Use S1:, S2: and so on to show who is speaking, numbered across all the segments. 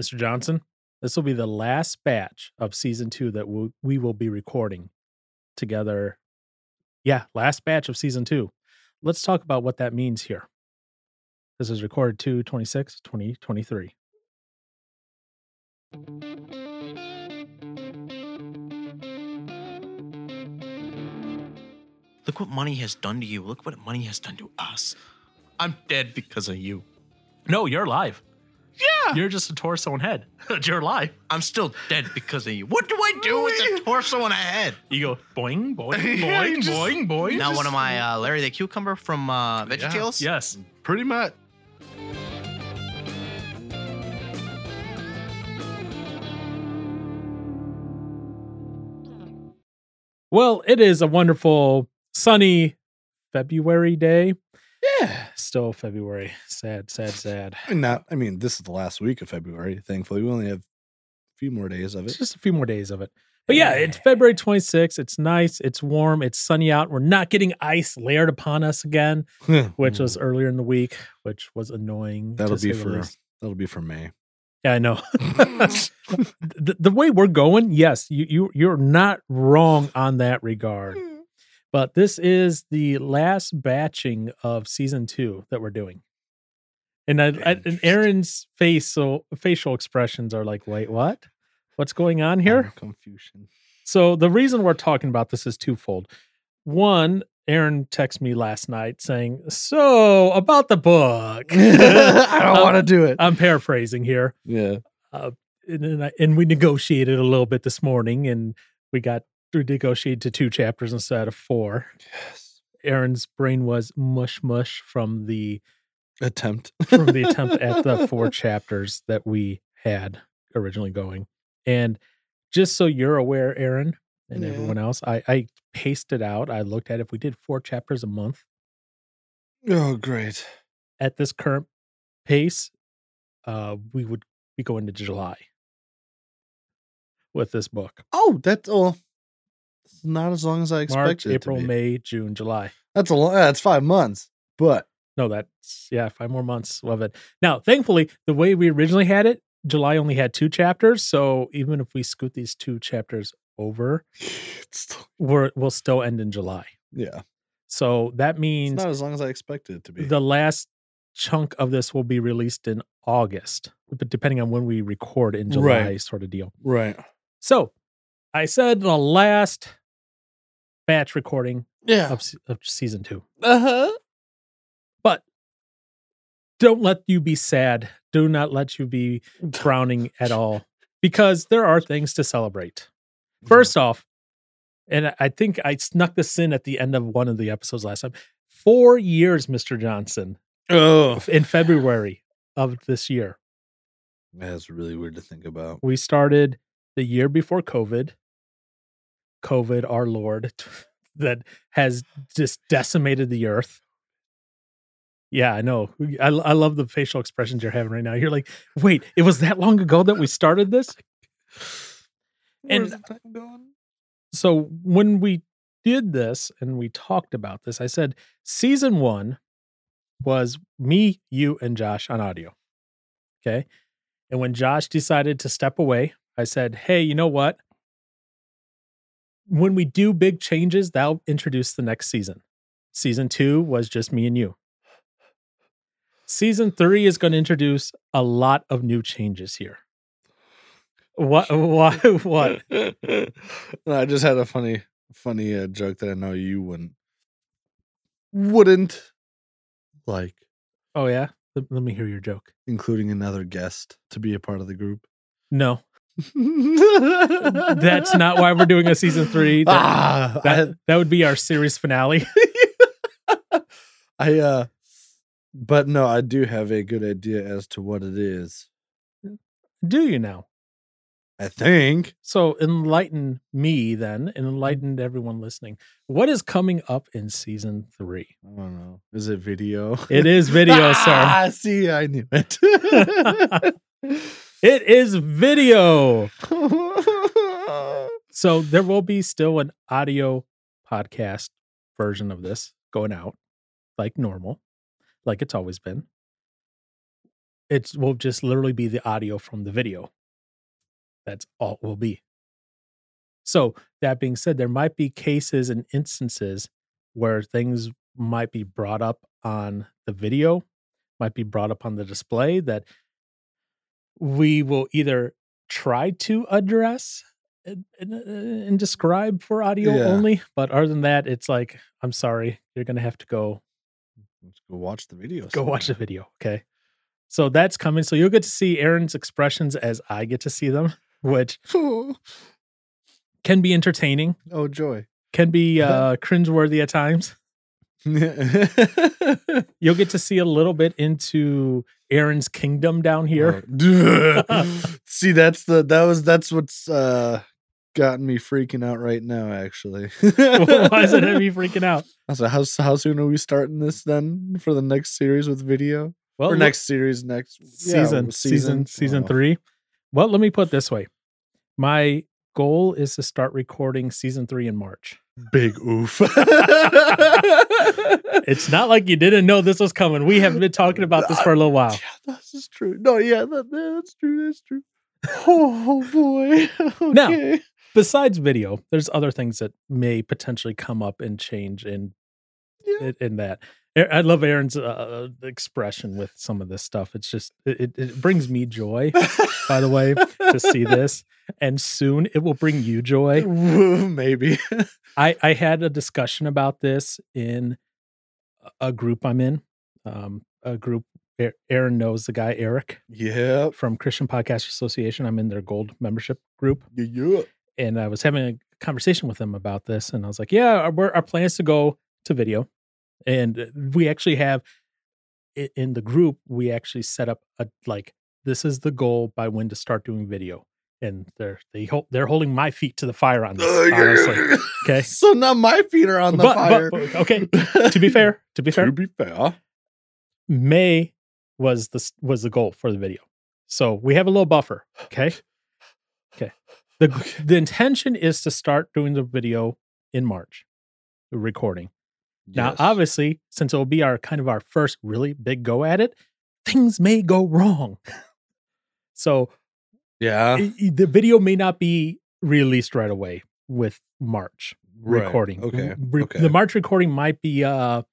S1: Mr. Johnson, this will be the last batch of season two that we, we will be recording together. Yeah, last batch of season two. Let's talk about what that means here. This is recorded 2 26 2023.
S2: Look what money has done to you. Look what money has done to us. I'm dead because of you. No, you're alive.
S3: Yeah.
S2: You're just a torso and head. you're alive. I'm still dead because of you. What do I do with a torso and a head?
S1: You go boing, boing, boing,
S3: Yeah, you just-
S1: boing, boing.
S3: you
S2: Now
S3: just-
S2: one of my uh, Larry the Cucumber from uh, VeggieTales.
S1: Yes.
S3: Pretty much.
S1: Well, it is a wonderful sunny February day.
S3: Yeah.
S1: Still February. Sad, sad, sad.
S3: And not, I mean, this is the last week of February, thankfully. We only have a few more days of
S1: It's
S3: it.
S1: just a few more days of it. But yeah, it's February 26th. It's nice. It's warm. It's sunny out. We're not getting ice layered upon us again,
S3: Mm,
S1: which was earlier in the week, which was annoying.
S3: That'll
S1: to
S3: be
S1: say the
S3: for-
S1: least.
S3: That'll be for May.
S1: Yeah, I know. the, the way we're going, yes, you you you're not wrong on that regard. But this is the last batching of season two that we're doing, and I, I and
S3: Interesting.
S1: Aaron's face so facial expressions are like, wait, what? What's going on here?
S3: I'm Confucian.
S1: So the reason we're talking about this is twofold. One, Aaron texted me last night saying, "So about the book."
S3: I don't
S1: Oh.
S3: want to do it.
S1: I'm paraphrasing here
S3: yeah.
S1: and then I, and we negotiated a little bit this morning, and we got we negotiated to two chapters instead of four.
S3: Yes.
S1: Aaron's brain was mush mush from the
S3: Attempt.
S1: from the attempt at the four chapters that we had originally going. And just so you're aware, Aaron and
S3: Yeah.
S1: everyone else, I, I paced it out. I looked at if we did four chapters a month
S3: Oh, great.
S1: at this current pace, uh, we would be going to July with this book.
S3: Oh, that's all. It's not as long as I expected.
S1: March,
S3: it to
S1: April,
S3: be.
S1: May, June, July.
S3: That's a long. That's five months. But
S1: No, that's yeah, five more months of it. Now, thankfully, the way we originally had it, July only had two chapters. So even if we scoot these two chapters over,
S3: it's still-
S1: we're, we'll still end in July.
S3: yeah,
S1: So that
S3: it's
S1: means
S3: not as long as I expected it to be.
S1: the last chunk of this will be released in August, but depending on when we record in July,
S3: Right.
S1: sort of deal.
S3: right.
S1: So I said the last batch recording
S3: Yeah.
S1: of, se- of season two.
S3: Uh huh.
S1: Uh-huh. don't let you be sad. Do not let you be frowning at all because there are things to celebrate.
S3: Mm-hmm.
S1: First off, and I- I think I snuck this in at the end of one of the episodes last time. Four years, Mr. Johnson,
S3: Oh,
S1: in February of this year.
S3: that's Mm, really weird to think about.
S1: We started the year before COVID. COVID, our Lord, that has just decimated the earth. Yeah, I know. I, I love the facial expressions you're having right now. You're like, wait, it was that long ago that we started this? And-
S3: Where's the time going?
S1: So when we did this and we talked about this, I said season one was me, you, and Josh on audio. Okay. And when Josh decided to step away, I said, Hey, you know what? When we do big changes, that'll introduce the next season. Season two was just me and you. Season three is going to introduce a lot of new changes here. What? Why? What?
S3: no, I just had a funny, funny uh, joke that I know you wouldn't, wouldn't like,
S1: Oh yeah. Let, let me hear your joke.
S3: including another guest to be a part of the group.
S1: No,
S3: that's
S1: that's not why we're doing a season three. That,
S3: ah, I
S1: that, that would be our series finale.
S3: I uh but no, I do have a good idea as to what it is.
S1: Do you now?
S3: I think.
S1: So enlighten me then, and enlighten everyone listening. What is coming up in season three?
S3: I don't know. Is it video?
S1: It is video, sir.
S3: Ah, see, I knew it.
S1: It is video. So there will be still an audio podcast version of this going out like normal, like it's always been. It will just literally be the audio from the video. That's all it will be. So, that being said, there might be cases and instances where things might be brought up on the video, might be brought up on the display that we will either try to address and, and- uh, and describe for audio
S3: Yeah.
S1: only. But other than that, it's like, I'm sorry, you're going to have to go
S3: Let's go watch the video.
S1: go watch the
S3: sometime.
S1: video. Okay. So that's coming. So you'll get to see Aaron's expressions as I get to see them, which can be entertaining,
S3: oh joy.
S1: can be uh, cringeworthy at times.
S3: Here.
S1: You'll get to see a little bit into Aaron's kingdom down here.
S3: See, that's the that was that's what's uh gotten me freaking out right now, actually.
S1: Why is it gonna be freaking out?
S3: Also, how how soon are we starting this then for the next series with video
S1: Well,
S3: or
S1: look-
S3: next series next yeah,
S1: season, season, season
S3: Oh,
S1: three. Well, let me put it this way: my goal is to start recording season three in March.
S3: Big oof.
S1: It's not like you didn't know this was coming. We have been talking about this for a little
S3: Yeah,
S1: while.
S3: this is true. No, yeah, that, that's true. That's true. Oh boy.
S1: Now-
S3: Okay.
S1: Besides video, there's other things that may potentially come up and change in
S3: Yeah.
S1: in, in that. A- I love Aaron's uh, expression with some of this stuff. It's just it, it, it brings me joy. By the way, to see this, and soon it will bring you joy.
S3: Maybe.
S1: I, I had a discussion about this in a- a group I'm in. Um, a group, A- Aaron knows the guy, Eric,
S3: Yep.
S1: from Christian Podcast Association. I'm in their gold membership group.
S3: Yeah.
S1: And I was having a conversation with him about this. And I was like, yeah, our, we're- our plan is to go to video. And uh, we actually have i- in the group, we actually set up a like, this is the goal by when to start doing video. And they're they hope they're holding my feet to the fire on this,
S3: Oh,
S1: honestly. Okay.
S3: So now my feet are on the
S1: But- but-
S3: fire.
S1: but- okay, to be fair, to be fair,
S3: to be fair.
S1: May was the s- was the goal for the video. So we have a little buffer. Okay. Okay. The the intention is to start doing the video in March, the recording. Now,
S3: Yes.
S1: obviously, since it will be our kind of our first really big go at it, things may go wrong. so
S3: Yeah.
S1: i- i- the video may not be released right away with March
S3: Right.
S1: recording.
S3: Okay.
S1: Re-
S3: okay.
S1: The March recording might be a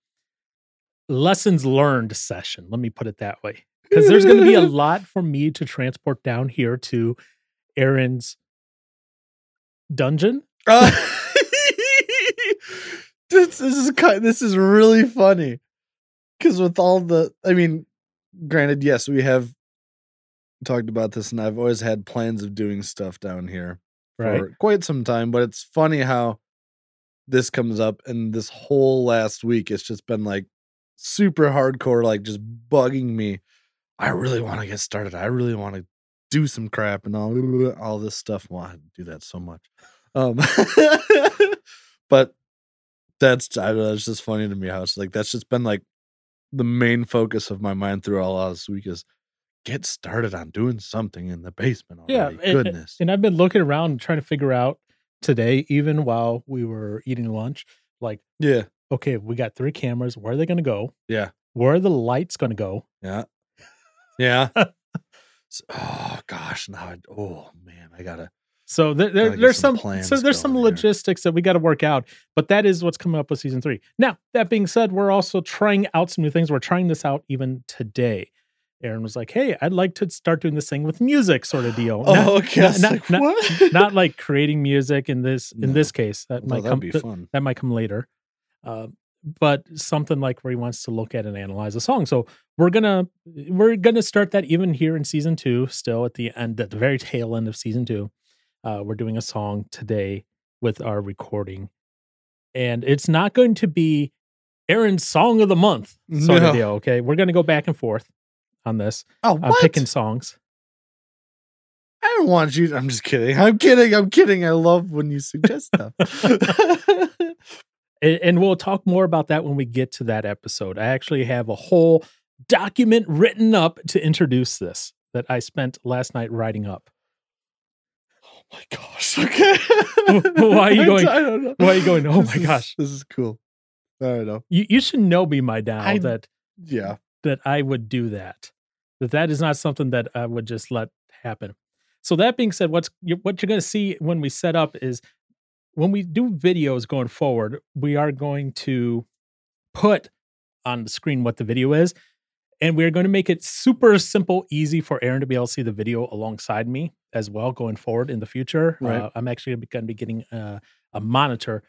S1: lessons learned session. Let me put it that way. Because there's going to be a lot for me to transport down here to Aaron's dungeon.
S3: Uh, this, this is ki- this is really funny because with all the, I mean, granted, yes, we have talked about this, and I've always had plans of doing stuff down here
S1: Right.
S3: for oh quite some time. But it's funny how this comes up, and this whole last week, it's just been like super hardcore, like just bugging me. I really want to get started. I really want to do some crap and all all this stuff. Well, I do that so much. Um, but that's I don't know, it's just funny to me how it's like that's just been like the main focus of my mind through all of this week is get started on doing something in the basement
S1: Yeah,
S3: already.
S1: and- and-
S3: Goodness.
S1: And I've been looking around trying to figure out today, even while we were eating lunch, like,
S3: yeah.
S1: okay, we got three cameras. Where are they going to go?
S3: Yeah.
S1: Where are the lights going to go?
S3: Yeah. Yeah. S- oh gosh, now I, oh man, I gotta
S1: So there, there-
S3: Gotta get
S1: there's some,
S3: some
S1: so
S3: plans
S1: there's some
S3: going here.
S1: logistics that we got to work out, but that is what's coming up with season three. Now that being said, we're also trying out some new things. We're trying this out even today. Aaron was like, "Hey, I'd like to start doing this thing with music, sort of deal. Not,
S3: Oh okay. I was
S1: not-
S3: like,
S1: not-
S3: what?
S1: not like creating music in this in
S3: No.
S1: this case. That
S3: Although
S1: might
S3: Oh, that'd
S1: come.
S3: be
S1: th-
S3: fun.
S1: that might come later. Uh, but something like where he wants to look at and analyze a song. So we're gonna we're gonna start that even here in season two. Still at the end, at the very tail end of season two, uh, we're doing a song today with our recording, and it's not going to be Aaron's song of the month sort
S3: No.
S1: of deal. Okay, we're gonna go back and forth on this.
S3: Oh
S1: I'm
S3: what?
S1: uh, picking songs.
S3: I don't want you. I'm just kidding. I'm kidding. I'm kidding. I love when you suggest stuff. Oh
S1: and, and we'll talk more about that when we get to that episode. I actually have a whole document written up to introduce this that I spent last night writing up.
S3: Oh my gosh. Okay.
S1: Why are you going-
S3: I don't know.
S1: why are you going, "Oh
S3: This
S1: my
S3: is-
S1: gosh."
S3: This is cool. I don't know.
S1: You you should know me by now
S3: I-
S1: that
S3: Yeah.
S1: that I would do that. that that is not something that I would just let happen. So that being said, what's you- what you're going to see when we set up is when we do videos going forward, we are going to put on the screen what the video is, and we're going to make it super simple, easy for Aaron to be able to see the video alongside me as well going forward in the future.
S3: Right.
S1: Uh, I'm actually going to be getting uh, a monitor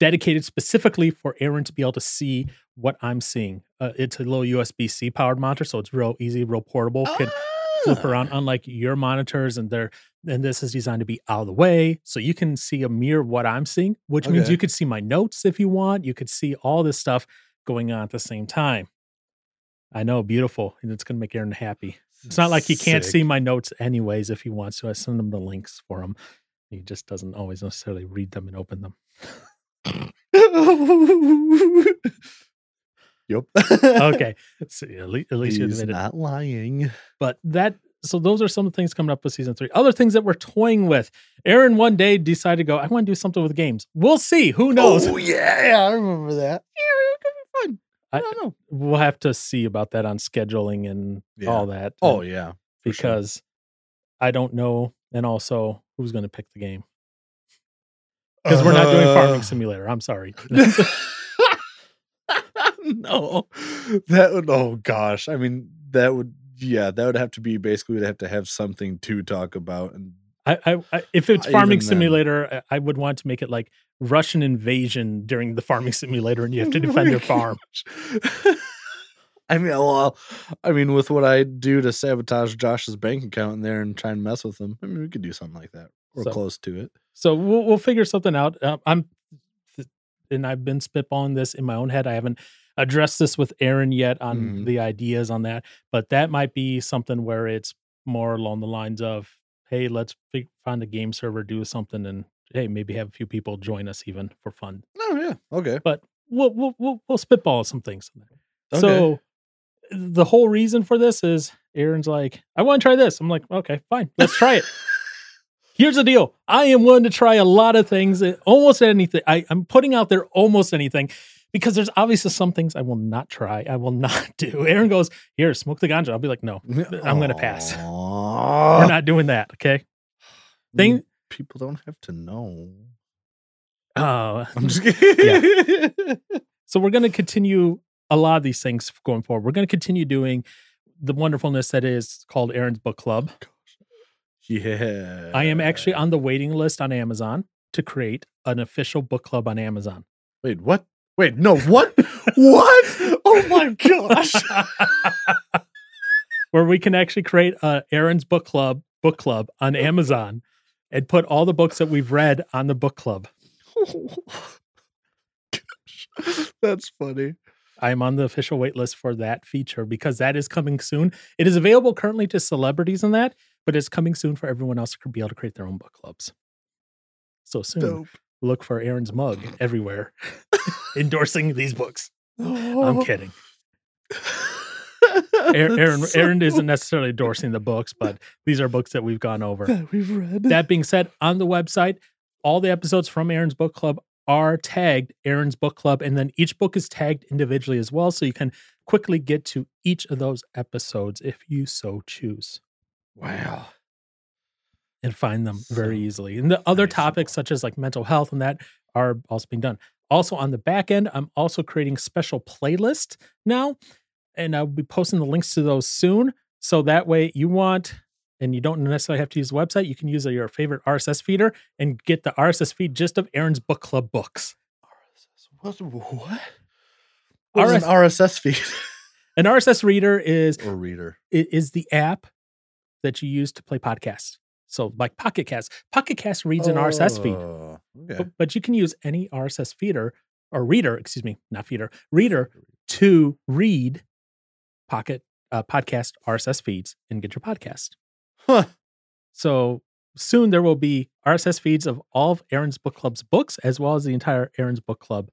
S1: dedicated specifically for Aaron to be able to see what I'm seeing. Uh, it's a little USB C powered monitor, so it's real easy, real portable. Can flip
S3: Ah.
S1: around, unlike your monitors, and they're and this is designed to be out of the way, so you can see a mirror of what I'm seeing, which means
S3: Okay.
S1: you could see my notes if you want. You could see all this stuff going on at the same time. I know, beautiful, and it's going to make Aaron happy. It's not like he can't
S3: Sick.
S1: see my notes anyways if he wants to. I send him the links for him. He just doesn't always necessarily read them and open them.
S3: yep.
S1: okay. So, yeah, at lea- at least you
S3: He's
S1: admitted.
S3: not lying.
S1: But that so those are some of the things coming up with season three. Other things that we're toying with. Aaron one day decided to go, I want to do something with games. We'll see. Who knows?
S3: Oh yeah, I remember that. Yeah, it could be fun.
S1: I-
S3: I don't know.
S1: We'll have to see about that on scheduling and
S3: Yeah.
S1: all that.
S3: Oh
S1: and-
S3: yeah, for sure.
S1: because I don't know. And also who's gonna pick the game. Because we're not doing
S3: Uh-huh.
S1: farming simulator. I'm sorry.
S3: no, that would. Oh gosh, I mean that would. Yeah, that would have to be basically. We'd have to have something to talk about, and
S1: I, I, I if it's
S3: Even
S1: farming
S3: then.
S1: simulator, I, I would want to make it like Russian invasion during the farming simulator, and you have to defend your farm.
S3: I mean, well, I mean, with what I do to sabotage Josh's bank account in there and try and mess with him, I mean, we could do something like that or
S1: So-
S3: close to it.
S1: So we'll we'll figure something out. Um, I'm and I've been spitballing this in my own head. I haven't addressed this with Aaron yet on
S3: Mhm.
S1: the ideas on that, but that might be something where it's more along the lines of, "Hey, let's fi- find a game server, do something, and hey, maybe have a few people join us even for fun."
S3: Oh yeah, okay.
S1: But we'll we'll we'll, we'll spitball some things.
S3: okay.
S1: So the whole reason for this is Aaron's like, I want to try this. I'm like, okay, fine, let's try it. Here's the deal. I am willing to try a lot of things, eh, almost anything. I, I'm putting out there almost anything because there's obviously some things I will not try. I will not do. Aaron goes, Here, smoke the ganja. I'll be like, No, I'm gonna pass. we're
S3: Aw.
S1: not doing that. Okay. Thing,
S3: People don't have to know.
S1: uh,
S3: I'm just kidding.
S1: So we're going to continue a lot of these things going forward. We're going to continue doing the wonderfulness that is called Aaron's Book Club.
S3: yeah.
S1: I am actually on the waiting list on Amazon to create an official book club on Amazon.
S3: Wait, what? Wait, no, what? what? Oh my gosh.
S1: Where we can actually create a Aaron's book club book club on Amazon and put all the books that we've read on the book club.
S3: Gosh, That's funny.
S1: I am on the official wait list for that feature because that is coming soon. It is available currently to celebrities and that, but it's coming soon for everyone else to be able to create their own book clubs. So soon,
S3: Dope.
S1: look for Aaron's mug everywhere endorsing these books. I'm kidding. Aaron, Aaron, Aaron isn't necessarily endorsing the books, but these are books that we've gone over.
S3: that we've read.
S1: That being said, on the website, all the episodes from Aaron's Book Club are tagged Aaron's Book Club, and then each book is tagged individually as well. So you can quickly get to each of those episodes if you so choose
S3: wow.
S1: and find them very
S3: So
S1: easily. And the other
S3: nice.
S1: topics, such as like mental health and that, are also being done. Also on the back end, I'm also creating special playlists now, and I'll be posting the links to those soon. So that way, you want and you don't necessarily have to use the website. You can use uh, your favorite RSS feeder and get the RSS feed just of Aaron's book club books.
S3: What? What?
S1: What
S3: What
S1: is
S3: is an RSS feed
S1: An RSS reader is
S3: or reader?
S1: i- is the app that you use to play podcasts. So like Pocket Cast, Pocket Cast reads an RSS feed.
S3: Oh,
S1: but,
S3: Okay.
S1: but you can use any RSS feeder or reader, excuse me, not feeder, reader to read Pocket uh, Podcast RSS feeds and get your podcast.
S3: Huh.
S1: So soon there will be RSS feeds of all of Aaron's Book Club's books, as well as the entire Aaron's Book Club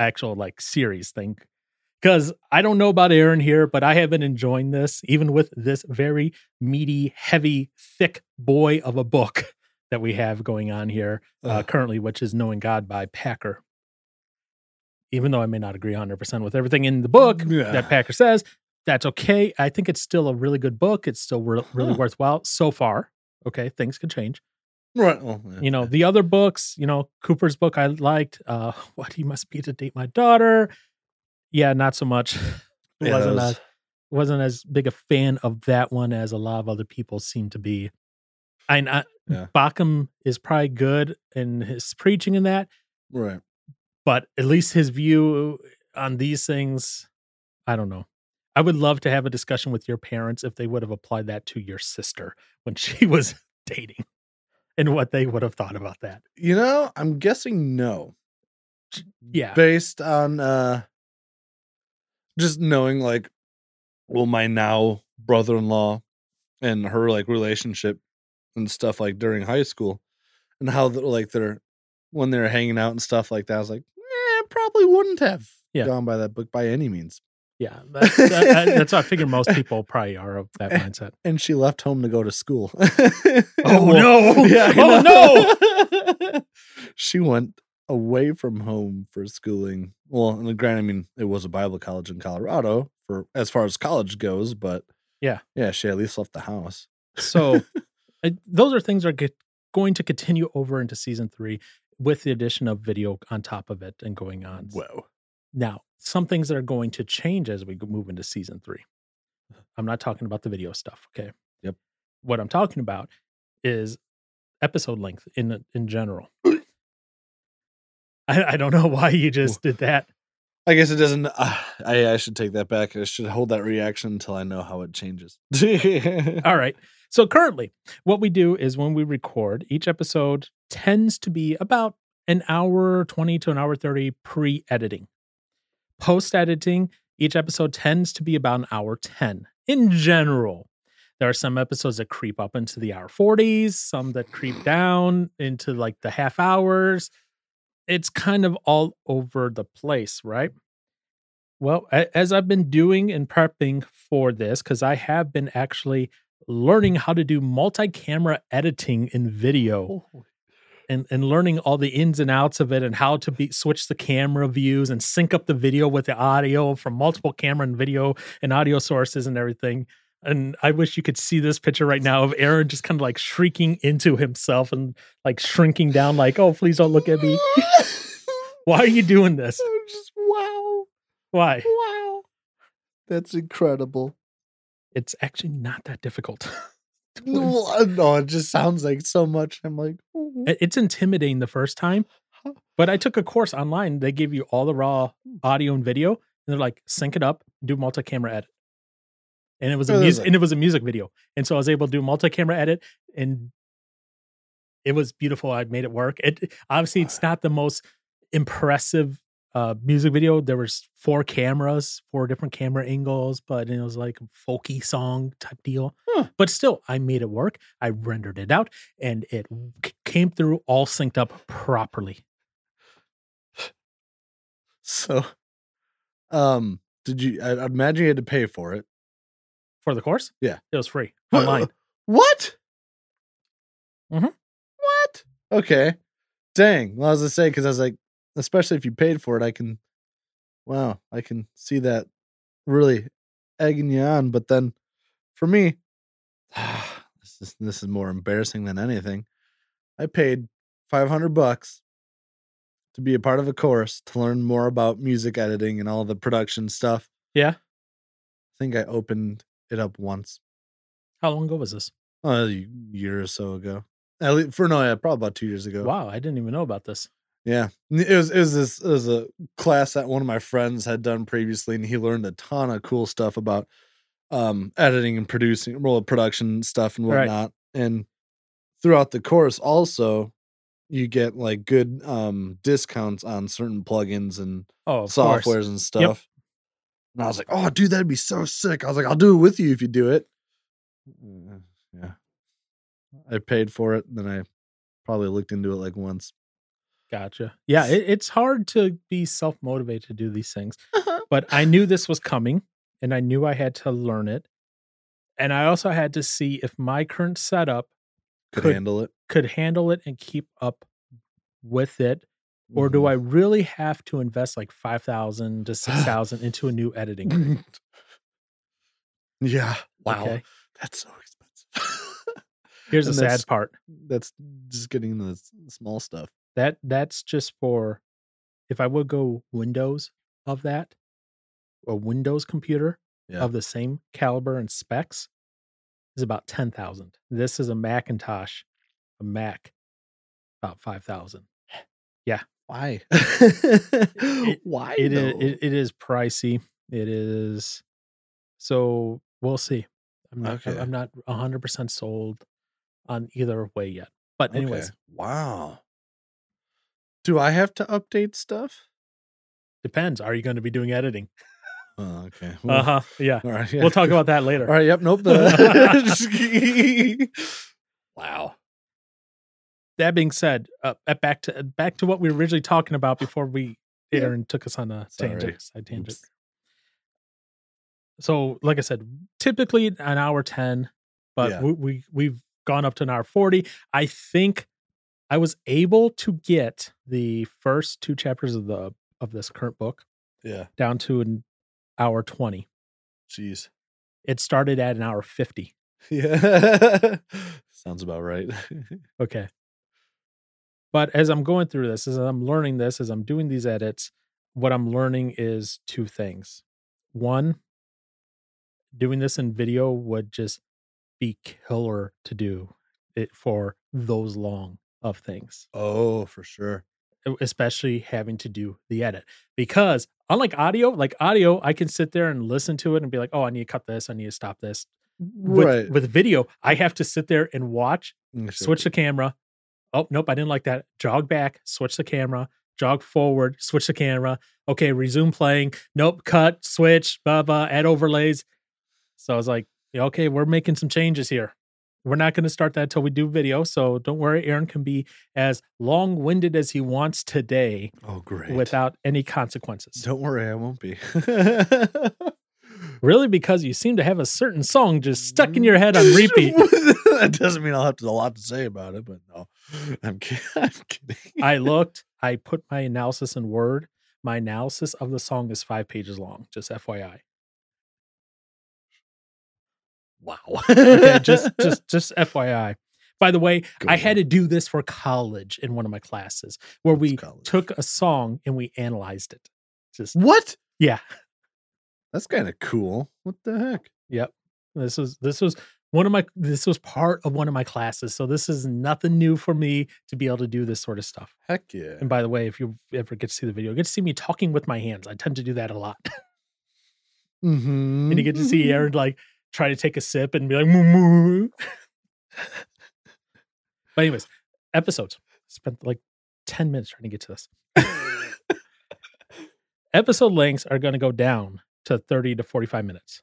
S1: actual like series thing. Because I don't know about Aaron here, but I have been enjoying this, even with this very meaty, heavy, thick boy of a book that we have going on here uh,
S3: Ugh.
S1: currently, which is Knowing God by Packer. Even though I may not agree 100% with everything in the book
S3: Mm, Yeah.
S1: that Packer says, that's okay. I think it's still a really good book. It's still re- really
S3: Huh.
S1: worthwhile so far. Okay, things can change.
S3: Right. well, yeah,
S1: You know,
S3: yeah.
S1: the other books, you know, Cooper's book I liked, uh, What He Must Be to Date My Daughter. Yeah, not so much.
S3: Yeah, that
S1: wasn't
S3: was-
S1: as wasn't as big a fan of that one as a lot of other people seem to be. I, I
S3: Yeah.
S1: Bacham is probably good in his preaching in that,
S3: right.
S1: but at least his view on these things, I don't know. I would love to have a discussion with your parents if they would have applied that to your sister when she was dating and what they would have thought about that.
S3: You know, I'm guessing no.
S1: Yeah.
S3: Based on uh just knowing like well my now brother-in-law and her like relationship and stuff like during high school and how the, like they're when they're hanging out and stuff like that I was like eh, probably wouldn't have
S1: Yeah.
S3: gone by that book by any means.
S1: Yeah. That, that- Eh, I- that's what I figure most people probably are of that mindset.
S3: And she left home to go to school.
S1: oh, no.
S3: Yeah, I
S1: oh, no.
S3: know. she went away from home for schooling. Well, and granted, I mean, it was a Bible college in Colorado for as far as college goes, but
S1: Yeah.
S3: yeah, she at least left the house.
S1: So I, those are things that are get, going to continue over into season three with the addition of video on top of it and going on.
S3: Whoa.
S1: Now, some things that are going to change as we go- move into season three. I'm not talking about the video stuff. Okay.
S3: Yep.
S1: What I'm talking about is episode length in in general. I, I don't know why you just did that.
S3: I guess it doesn't. Uh, I I should take that back. I should hold that reaction until I know how it changes.
S1: All right. So currently, what we do is when we record, each episode tends to be about an hour 20 to an hour 30 pre editing. Post editing, each episode tends to be about an hour 10 in general. There are some episodes that creep up into the hour 40s, some that creep down into like the half hours. It's kind of all over the place, right? Well, a- as I've been doing and prepping for this, because I have been actually learning how to do multi camera editing in video and and learning all the ins and outs of it and how to be switch the camera views and sync up the video with the audio from multiple camera and video and audio sources and everything. And I wish you could see this picture right now of Aaron just kind of like shrieking into himself and like shrinking down, like, oh, please don't look at me. Why are you doing this?
S3: Just wow,
S1: Why?
S3: wow. That's incredible.
S1: It's actually not that difficult.
S3: No, I- no, it just sounds like so much. I'm like, "Oh,
S1: It- It's intimidating the first time, but I took a course online. They give you all the raw audio and video, and they're like, sync it up, do multi-camera edit. And it was a
S3: Oh,
S1: music,
S3: like-
S1: and it was a music video, and so I was able to do multi-camera edit, and it was beautiful. I made it work. It obviously it's not the most impressive uh, music video. There was four cameras, four different camera angles, but it was like a folky song type deal.
S3: Huh.
S1: But still, I made it work. I rendered it out, and it c- came through all synced up properly.
S3: So, um, did you? I, I imagine you had to pay for it.
S1: For the course?
S3: Yeah.
S1: It was free online.
S3: What?
S1: Mhm.
S3: What? Okay. Dang. Well, I was gonna say because I was like, especially if you paid for it, I can. Wow, I can see that really egging you on. But then, for me, this is this is more embarrassing than anything. I paid five hundred bucks to be a part of a course to learn more about music editing and all the production stuff.
S1: Yeah.
S3: I think I opened it up once
S1: How long ago was this?
S3: a year or so ago. At least for no, yeah, probably about two years ago.
S1: Wow, I didn't even know about this.
S3: Yeah, N- it was it was this it was a class that one of my friends had done previously, and he learned a ton of cool stuff about um editing and producing, well, production stuff and
S1: Right.
S3: whatnot. And throughout the course, also you get like good um discounts on certain plugins and
S1: Oh, of
S3: softwares
S1: course.
S3: and stuff. And I was like, "Oh, dude, that'd be so sick." I was like, "I'll do it with you if you do it." Uh, yeah, I paid for it. Then I probably looked into it like once.
S1: Gotcha. Yeah, it, it's hard to be self motivated to do these things,
S3: Uh-huh.
S1: but I knew this was coming and I knew I had to learn it. And I also had to see if my current setup
S3: Could,
S1: Could-
S3: handle it,
S1: could handle it and keep up with it, or
S3: Mm-hmm.
S1: do I really have to invest like 5,000 to 6,000 into a new editing?
S3: Mhm. Mm-hmm. Yeah. Wow.
S1: Okay.
S3: That's so expensive.
S1: Here's
S3: And
S1: the
S3: that's-
S1: sad part.
S3: that's just getting into the s- small stuff.
S1: That that's just for if I would go Windows of that, a Windows computer
S3: Yeah.
S1: of the same caliber and specs is about ten thousand. This is a Macintosh, a Mac, about five thousand.
S3: Why? Why?
S1: It is
S3: though?
S1: it, it is pricey. It is so we'll see. I'm not
S3: Okay.
S1: I'm not hundred percent sold on either way yet. But
S3: Okay.
S1: anyways,
S3: Wow. Do I have to update stuff?
S1: depends. Are you going to be doing editing?
S3: Oh, okay.
S1: Uh huh. Yeah.
S3: All right. yeah.
S1: We'll talk about that later.
S3: All right. Yep. Nope. the- wow.
S1: That being said, uh, uh, back to uh, back to what we were originally talking about before we
S3: Yep.
S1: Aaron took us on a
S3: Sorry.
S1: tangent, side tangent.
S3: Oops.
S1: So, like I said, typically an hour ten, but
S3: Yeah.
S1: we, we we've gone up to an hour forty. I think I was able to get the first two chapters of the of this current book
S3: Yeah.
S1: down to an hour twenty.
S3: Jeez.
S1: It started at an hour fifty.
S3: Yeah. Sounds about right.
S1: Okay. But as I'm going through this, as I'm learning this, as I'm doing these edits, what I'm learning is two things. One, doing this in video would just be killer to do it for those long of things, e,
S3: oh, for sure.
S1: especially having to do the edit. Because unlike audio, like audio, I can sit there and listen to it and be like, oh, I need to cut this, I need to stop this. With,
S3: right.
S1: with video, I have to sit there and watch
S3: Mm, sure.
S1: switch the camera. Oh, nope, I didn't like that. Jog back, switch the camera, jog forward, switch the camera. Okay, resume playing. Nope, cut, switch, blah, blah, add overlays. So I was like, yeah, okay, we're making some changes here. We're not going to start that until we do video. So don't worry, Aaron can be as long winded as he wants today
S3: Oh, great.
S1: without any consequences.
S3: Don't worry, I won't be.
S1: Really, because you seem to have a certain song just stuck in your head on repeat.
S3: that doesn't mean I'll have a lot to say about it, but no, I'm, kid- I'm kidding.
S1: I looked, I put my analysis in Word. My analysis of the song is five pages long, just FYI.
S3: wow.
S1: Okay, just just just FYI. By the way, I had to do this for college in one of my classes where
S3: What's
S1: we
S3: college? Mm.
S1: took a song and we analyzed it. Just
S3: what?
S1: yeah.
S3: That's kind of cool. What the heck?
S1: This was this was one of my this was part of one of my classes. So this is nothing new for me to be able to do this sort of stuff.
S3: Heck yeah.
S1: And by the way, if you ever get to see the video, you get to see me talking with my hands. I tend to do that a lot.
S3: Mm-hmm.
S1: and you get to see Aaron like try to take a sip and be like, moo, moo. moo." but anyways, episodes spent like ten minutes trying to get to this. Episode lengths are going to go down to thirty to forty-five minutes.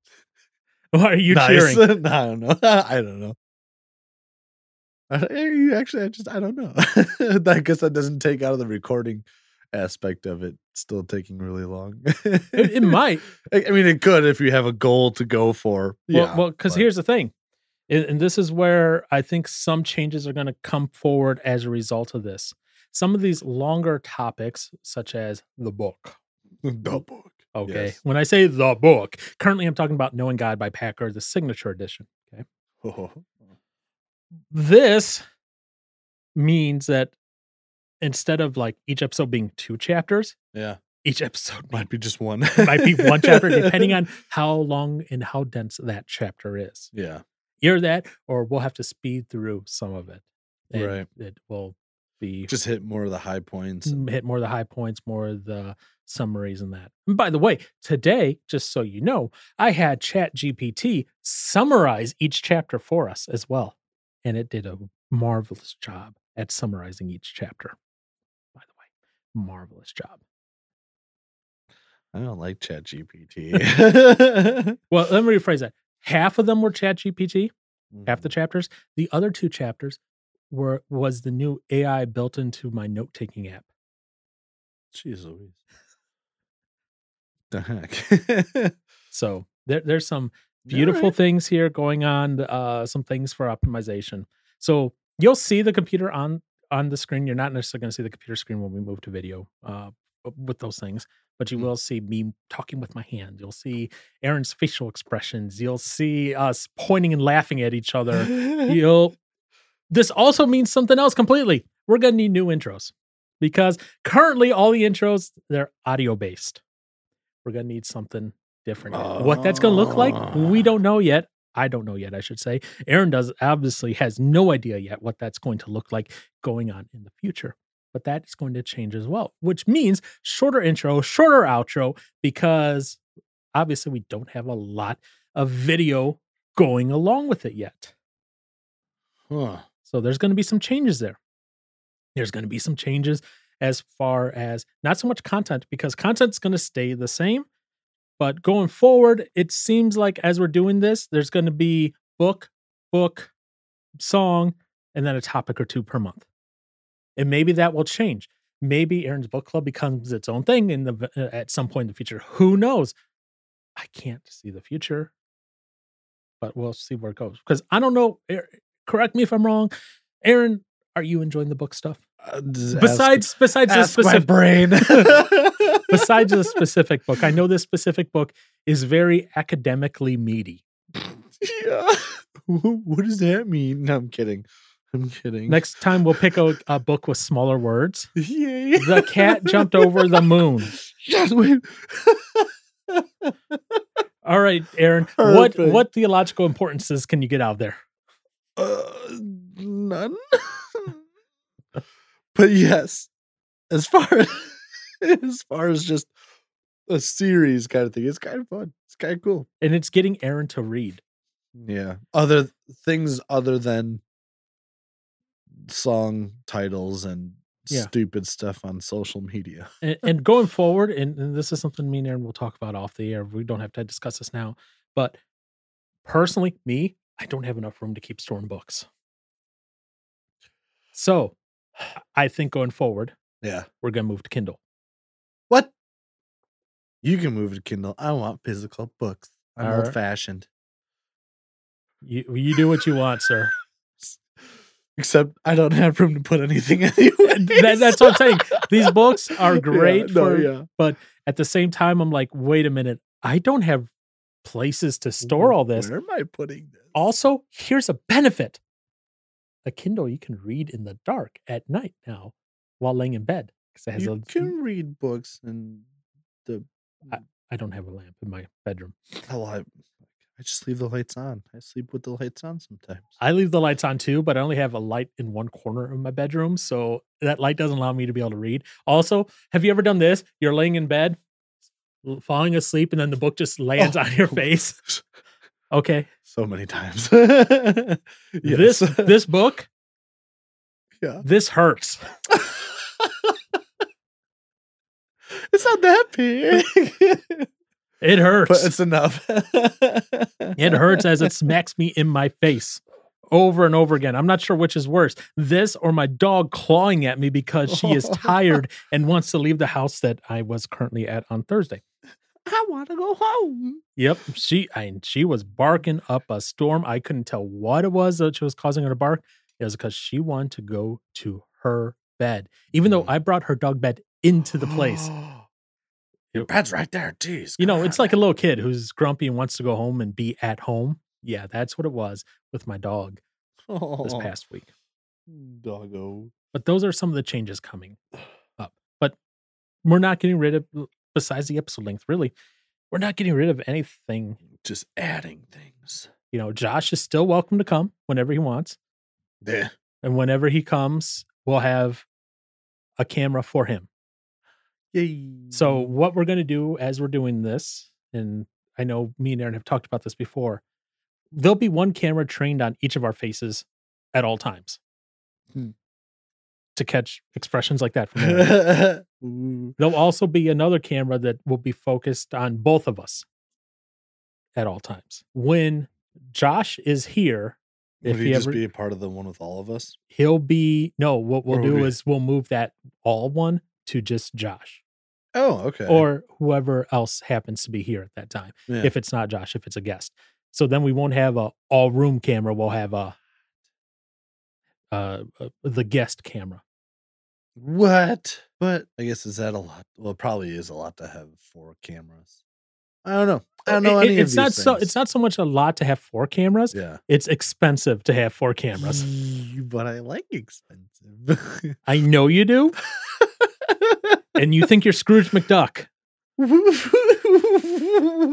S1: Why are you
S3: nice.
S1: cheering?
S3: I don't know. I don't know. I don't- eh, you Actually, I just I don't know. I guess that doesn't take out of the recording aspect of it. Still taking really long.
S1: It, it might.
S3: I I mean, it could if you have a goal to go for.
S1: Well, well, because
S3: but-
S1: here's the thing, and, and this is where I think some changes are going to come forward as a result of this. Some of these longer topics, such as the book,
S3: the book.
S1: Okay.
S3: Yes.
S1: When I say the book, currently I'm talking about Knowing God by Packer, the signature edition. Okay. This means that instead of like each episode being two chapters,
S3: yeah,
S1: each episode might,
S3: might be just one.
S1: might be one chapter, depending on how long and how dense that chapter is.
S3: Yeah,
S1: Either that, or we'll have to speed through some of it. and
S3: Right.
S1: It will be
S3: just hit more of the high points.
S1: m- hit more of the high points, more of the summaries and that. And by the way, today, just so you know, I had Chat GPT summarize each chapter for us as well. And it did a marvelous job at summarizing each chapter. By the way, marvelous job.
S3: I don't like Chat GPT.
S1: Well, let me rephrase that. Half of them were Chat GPT, half the chapters. The other two chapters were was the new AI built into my note-taking app.
S3: Jeez Louise. The heck?
S1: So there, there's some beautiful things here going on uh some things for optimization so you'll see the computer on on the screen you're not necessarily going to see the computer screen when we move to video uh with those things, but you
S3: Mhm.
S1: will see me talking with my hand. You'll see Aaron's facial expressions. You'll see us pointing and laughing at each other. You'll. This also means something else completely. We're gonna need new intros because currently all the intros they're audio based. We're gonna need something different. What that's gonna look like, we don't know yet. I don't know yet, I should say. Aaron does obviously has no idea yet what that's going to look like going on in the future. But that is going to change as well, which means shorter intro, shorter outro, because obviously we don't have a lot of video going along with it yet.
S3: Huh.
S1: So there's going to be some changes there. There's going to be some changes as far as not so much content because content's going to stay the same. But going forward, it seems like as we're doing this, there's going to be book, book, song, and then a topic or two per month. And maybe that will change. Maybe Aaron's book club becomes its own thing in the uh, at some point in the future. Who knows? I can't see the future, but we'll see where it goes. Because I don't know. Aa- Correct me if I'm wrong. Aaron, are you enjoying the book stuff?
S3: Uh, just ask-
S1: Besides, besides the
S3: ask my
S1: specific,
S3: brain.
S1: besides the specific book, I know this specific book is very academically meaty.
S3: Yeah. Wh- What does that mean? No, I'm kidding. I'm kidding.
S1: Next time we'll pick a, a book with smaller words.
S3: Yay.
S1: The cat jumped over the moon.
S3: Yes, wait.
S1: All right, Aaron. What
S3: Perfect.
S1: what theological importances can you get out of there?
S3: Uh, none. but yes, as far as far as just a series kind of thing, it's kind of fun. It's kind of cool.
S1: And it's getting Aaron to read.
S3: Yeah. Other th- things other than song titles and
S1: Yeah.
S3: stupid stuff on social media.
S1: And, and going forward, and, and this is something me and Aaron will talk about off the air. We don't have to discuss this now. But personally, me, I don't have enough room to keep storing books. So I think going forward,
S3: Yeah.
S1: we're gonna move to Kindle.
S3: What? You can move to Kindle. I want physical books. I'm
S1: All right.
S3: old fashioned.
S1: You you do what you want, sir.
S3: Except I don't have room to put anything anywhere.
S1: That, that's what I'm saying. These books are great
S3: no,
S1: for
S3: yeah.
S1: at the same time, I'm like, wait a minute, I don't have places to
S3: Mm-hmm.
S1: store all this.
S3: Where am I putting this?
S1: Also, here's a benefit a Kindle you can read in the dark at night now while laying in bed because it has
S3: you
S1: a.
S3: can read books and the
S1: I don't have a lamp in my bedroom.
S3: hell I, I just leave the lights on. I sleep with the lights on sometimes.
S1: I leave the lights on too, but I only have a light in one corner of my bedroom, so that light doesn't allow me to be able to read. Also, have you ever done this? You're laying in bed, l- falling asleep, and then the book just lands
S3: Oh.
S1: on your face. Okay,
S3: so many times. yes.
S1: this this book,
S3: Yeah.
S1: this hurts.
S3: it's not that big,
S1: It hurts.
S3: but it's enough.
S1: It hurts as it smacks me in my face over and over again. I'm not sure which is worse this or my dog clawing at me because she is tired and wants to leave the house that I was currently at on Thursday.
S3: I want to go home.
S1: Yep. She I, she was barking up a storm. I couldn't tell what it was that she was causing her to bark. It was because she wanted to go to her bed, even though
S3: Mm.
S1: I brought her dog bed into the place.
S3: Your bed's right there. Jeez.
S1: You know,
S3: come
S1: it's
S3: on
S1: like a little kid who's grumpy and wants to go home and be at home. Yeah, that's what it was with my dog
S3: now.
S1: this
S3: Oh,
S1: past week.
S3: doggo.
S1: but those are some of the changes coming up. But we're not getting rid of, besides the episode length, really, we're not getting rid of anything.
S3: Just adding things.
S1: You know, Josh is still welcome to come whenever he wants.
S3: Yeah.
S1: And whenever he comes, we'll have a camera for him. So,
S3: Mm-hmm.
S1: what we're going to do as we're doing this, and I know me and Aaron have talked about this before, there'll be one camera trained on each of our faces at all times
S3: Hmm.
S1: to catch expressions like that from Aaron.
S3: Ooh.
S1: There'll also be another camera that will be focused on both of us at all times. When Josh is here,
S3: Would
S1: If
S3: he
S1: he
S3: just
S1: ever-
S3: be a part of the one with all of us?
S1: he'll be no, what we'll
S3: Or
S1: do
S3: we-
S1: is we'll move that all one to just Josh
S3: Oh, okay.
S1: or whoever else happens to be here at that time.
S3: Yeah.
S1: If it's not Josh, if it's a guest. So then we won't have a all room camera, we'll have a uh, uh the guest camera.
S3: what? But I guess is that a lot? Well, it probably is a lot to have four cameras. I don't know. I don't know
S1: Oh, It- it-
S3: any of
S1: it's
S3: these
S1: not so
S3: things.
S1: it's not so much a lot to have four cameras.
S3: yeah
S1: It's expensive to have four cameras.
S3: Mm. Yee, But I like expensive.
S1: I know you do, and you think you're Scrooge McDuck, but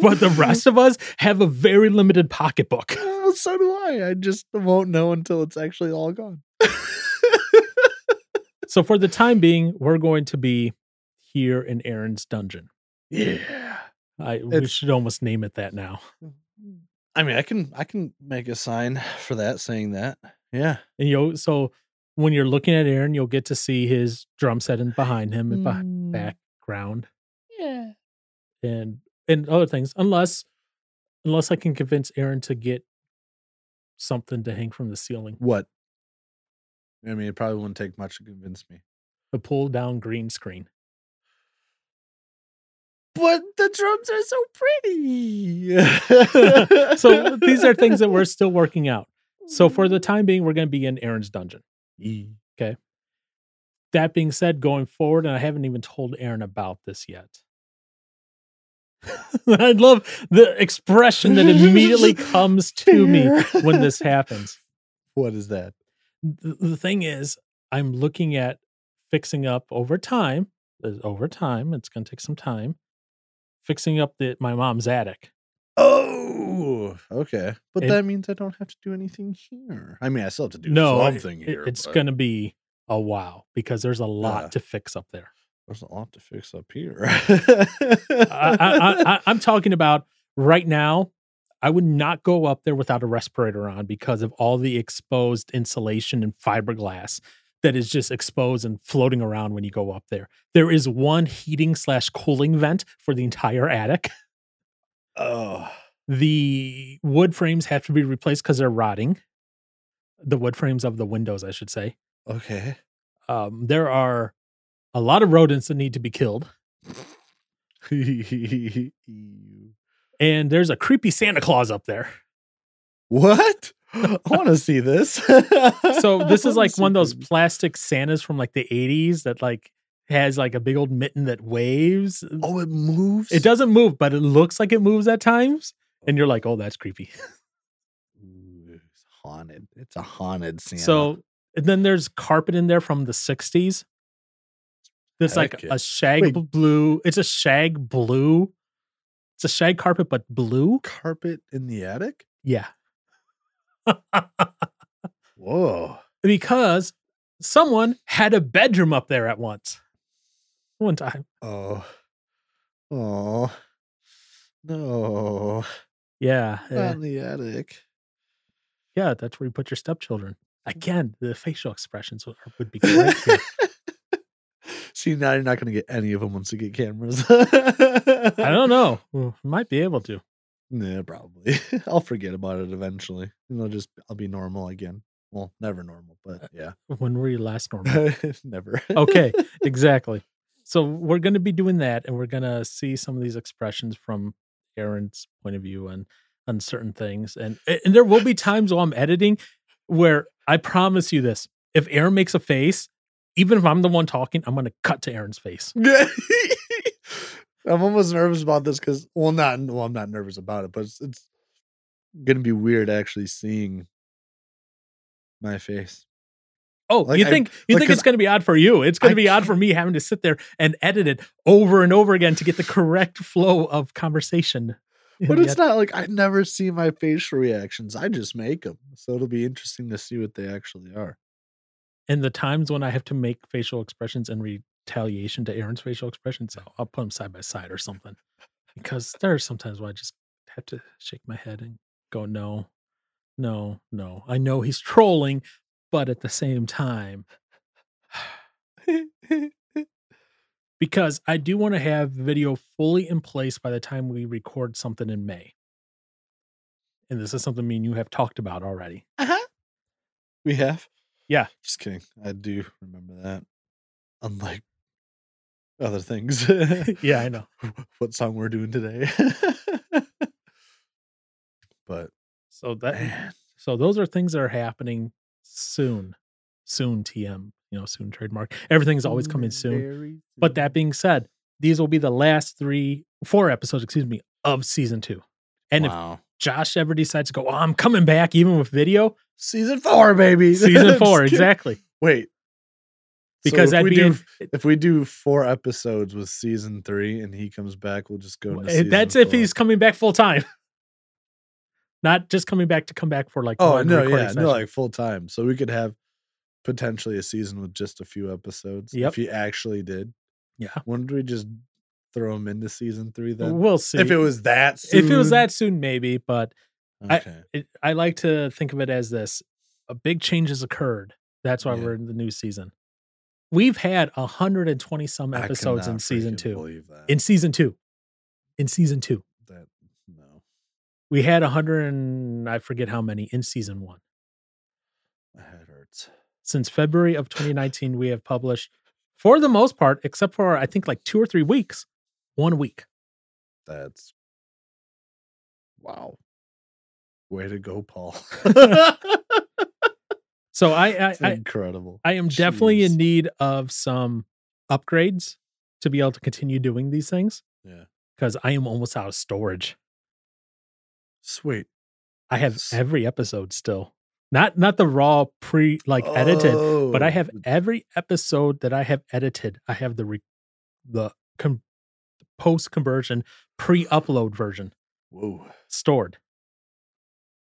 S3: but
S1: the rest of us have a very limited pocketbook.
S3: Oh, so do I. I just won't know until it's actually all gone.
S1: So for the time being, we're going to be here in Aaron's dungeon.
S3: yeah.
S1: I we
S3: It's-
S1: should almost name it that now.
S3: I mean, I can I can make a sign for that saying that. Yeah.
S1: And you so when you're looking at Aaron, you'll get to see his drum set in behind him and behind
S3: Mm,
S1: background
S3: Yeah.
S1: and and other things. Unless unless I can convince Aaron to get something to hang from the ceiling.
S3: What? I mean, it probably wouldn't take much to convince me.
S1: A pull down green screen.
S3: But the drums are so pretty.
S1: So these are things that we're still working out. So for
S3: Mm.
S1: the time being, we're gonna be in Aaron's dungeon. That being said, going forward, and I haven't even told Aaron about this yet. I love the expression that immediately comes to me when this happens.
S3: What is that?
S1: The, the thing is, I'm looking at fixing up over time. uh, Over time, it's going to take some time. Fixing up the, my mom's attic.
S3: Oh, okay. But
S1: It-
S3: that means I don't have to do anything here. I mean, I still have to do
S1: no, it-
S3: something
S1: it-
S3: here.
S1: it's
S3: but Uh-huh.
S1: going to be a while because there's a lot
S3: Yeah.
S1: to fix up there.
S3: There's a lot to fix up here.
S1: I, I, I, I'm talking about right now. I would not go up there without a respirator on because of all the exposed insulation and fiberglass that is just exposed and floating around when you go up there. There is one heating slash cooling vent for the entire attic.
S3: oh,
S1: The wood frames have to be replaced because they're rotting. The wood frames of the windows, I should say.
S3: okay.
S1: Um, there are a lot of rodents that need to be killed,
S3: Ew.
S1: and there's a creepy Santa Claus up there.
S3: what? I want to see this.
S1: so
S3: so
S1: this is like one of those plastic Santas from like the 80s that like has like a big old mitten that waves.
S3: Oh, it moves.
S1: It doesn't move, but it looks like it moves at times. And you're like, oh, that's creepy.
S3: Ooh, it's haunted. It's a haunted Santa.
S1: So and then there's carpet in there from the 60s. It's like
S3: Heck yeah.
S1: a shag
S3: Wait.
S1: bl- blue. It's a shag blue. It's a shag carpet, but blue.
S3: carpet in the attic.
S1: Yeah.
S3: Whoa.
S1: Because someone had a bedroom up there at once. One time.
S3: Oh. Oh. No.
S1: Yeah. yeah.
S3: Not in the attic.
S1: Yeah, that's where you put your stepchildren. Again, the facial expressions would, would be great. here.
S3: See, now you're not going to get any of them once you get cameras.
S1: I don't know. Well, Might be able to.
S3: Yeah, probably. I'll forget about it eventually. And I'll just, I'll be normal again. Well, never normal, but yeah.
S1: When were you last normal?
S3: never.
S1: Okay, exactly. So we're going to be doing that, and we're going to see some of these expressions from Aaron's point of view on on certain things, and and there will be times while I'm editing where I promise you this: if Aaron makes a face, even if I'm the one talking, I'm going to cut to Aaron's face.
S3: I'm almost nervous about this because, well, not, well, I'm not nervous about it, but it's, it's going to be weird actually seeing my face.
S1: Oh,
S3: Like,
S1: you
S3: I-
S1: think you
S3: like,
S1: think
S3: 'cause
S1: it's going to be odd for you? It's going
S3: I
S1: to be odd for me having to sit there and edit it over and over again to get the correct flow of conversation.
S3: But
S1: Yeah.
S3: it's not like I never see my facial reactions. I just make them. So it'll be interesting to see what they actually are.
S1: and the times when I have to make facial expressions in retaliation to Aaron's facial expressions, I'll, I'll put them side by side or something. Because there are sometimes where I just have to shake my head and go, no, no, no. I know he's trolling, but at the same time, because I do want to have video fully in place by the time we record something in May. And this is something me and you have talked about already.
S2: Uh-huh.
S3: we have?
S1: Yeah.
S3: Just kidding. I do remember that. Unlike other things.
S1: yeah, I know.
S3: what song we're doing today. but
S1: So that
S3: man,
S1: Eh. so those are things that are happening soon. Soon TM, you you know, soon trademark. Everything's always coming soon. But that being said, these will be the last three, four episodes, excuse me, of season two. And if
S3: wow.
S1: Josh ever decides to go, oh, I'm coming back even with video,
S3: season four, baby.
S1: season
S3: Just
S1: four,
S3: kidding.
S1: exactly.
S3: Wait. So
S1: Because
S3: if
S1: that'd
S3: we
S1: be
S3: do,
S1: in-
S3: if we do four episodes with season three and he comes back, we'll just go. Into season
S1: eh, that's if
S3: four.
S1: he's coming back full time. Not just coming back to come back for like
S3: Oh
S1: one
S3: no,
S1: recording
S3: yeah,
S1: session.
S3: no, like full time. So we could have potentially a season with just a few episodes.
S1: Yep.
S3: If he actually did,
S1: yeah.
S3: wouldn't we just throw him into season three then?
S1: We'll see.
S3: if it was that,
S1: if it was
S3: soon-
S1: that soon, maybe, but I-
S3: okay.
S1: it, I like to think of it as this: a big change has occurred. That's why
S3: Yeah.
S1: we're in the new season. We've had hundred and twenty some
S3: I
S1: episodes in
S3: cannot
S1: season
S3: freaking
S1: two.
S3: Believe that.
S1: In season two, in season two,
S3: that no,
S1: we had hundred and I forget how many in season one.
S3: my head hurts.
S1: Since February of 2019, we have published, for the most part, except for I think like two or three weeks, one week.
S3: That's wow. Way to go, Paul.
S1: So I I,
S3: It's
S1: I,
S3: incredible.
S1: I am definitely in
S3: Jeez.
S1: need of some upgrades to be able to continue doing these things.
S3: Yeah.
S1: Because I am almost out of storage.
S3: Sweet.
S1: I have
S3: S-
S1: every episode still. Not not the raw pre like edited, but I
S3: Oh,
S1: have every episode that I have edited. I have the re- the com- post conversion pre upload version
S3: Whoa.
S1: stored.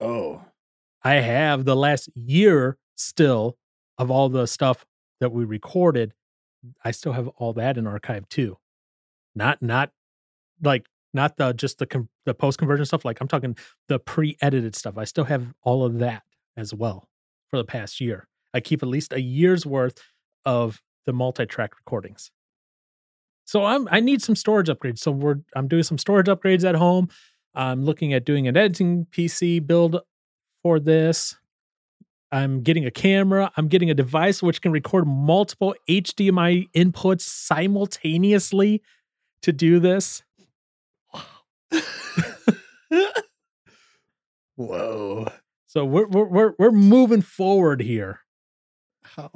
S3: Oh.
S1: I have the last year still of all the stuff that we recorded. I still have all that in archive too. Not not like not the just the con the post conversion stuff. Like I'm talking the pre edited stuff. I still have all of that as well for the past year. I keep at least a year's worth of the multi track recordings. So I'm I need some storage upgrades. So we're I'm doing some storage upgrades at home. I'm looking at doing an editing PC build for this. I'm getting a camera. I'm getting a device which can record multiple HDMI inputs simultaneously to do this.
S3: Whoa.
S1: So we're we're we're, we're moving forward here.
S3: How?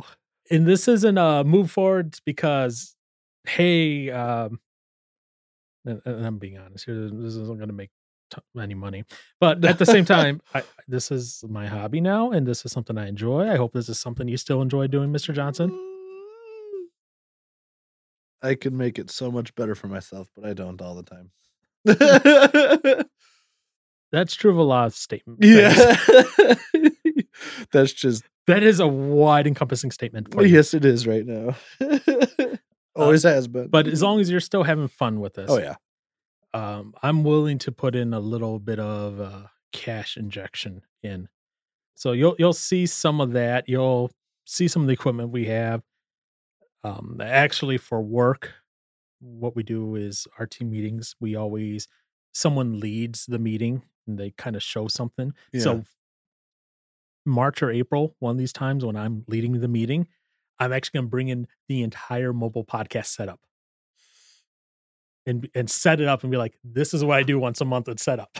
S1: and this isn't a move forward because hey um and, and i'm being honest here this isn't going to make t- any money but at the same time I, this is my hobby now and this is something i enjoy i hope this is something you still enjoy doing mr johnson
S3: I could make it so much better for myself, but I don't all the time.
S1: that's true of a lot of statements
S3: yeah. That's just
S1: that is a wide encompassing statement for you Uh,
S3: yes, it is right now. Always has been.
S1: but as long as you're still having fun with this
S3: Mm-hmm. oh yeah,
S1: um, I'm willing to put in a little bit of uh, cash injection in. So you'll you'll see some of that. You'll see some of the equipment we have. Um, actually, for work, what we do is our team meetings. We always someone leads the meeting and they kind of show something.
S3: yeah.
S1: So March or April, one of these times when I'm leading the meeting, I'm actually going to bring in the entire mobile podcast setup and and set it up and be like, this is what I do once a month at setup.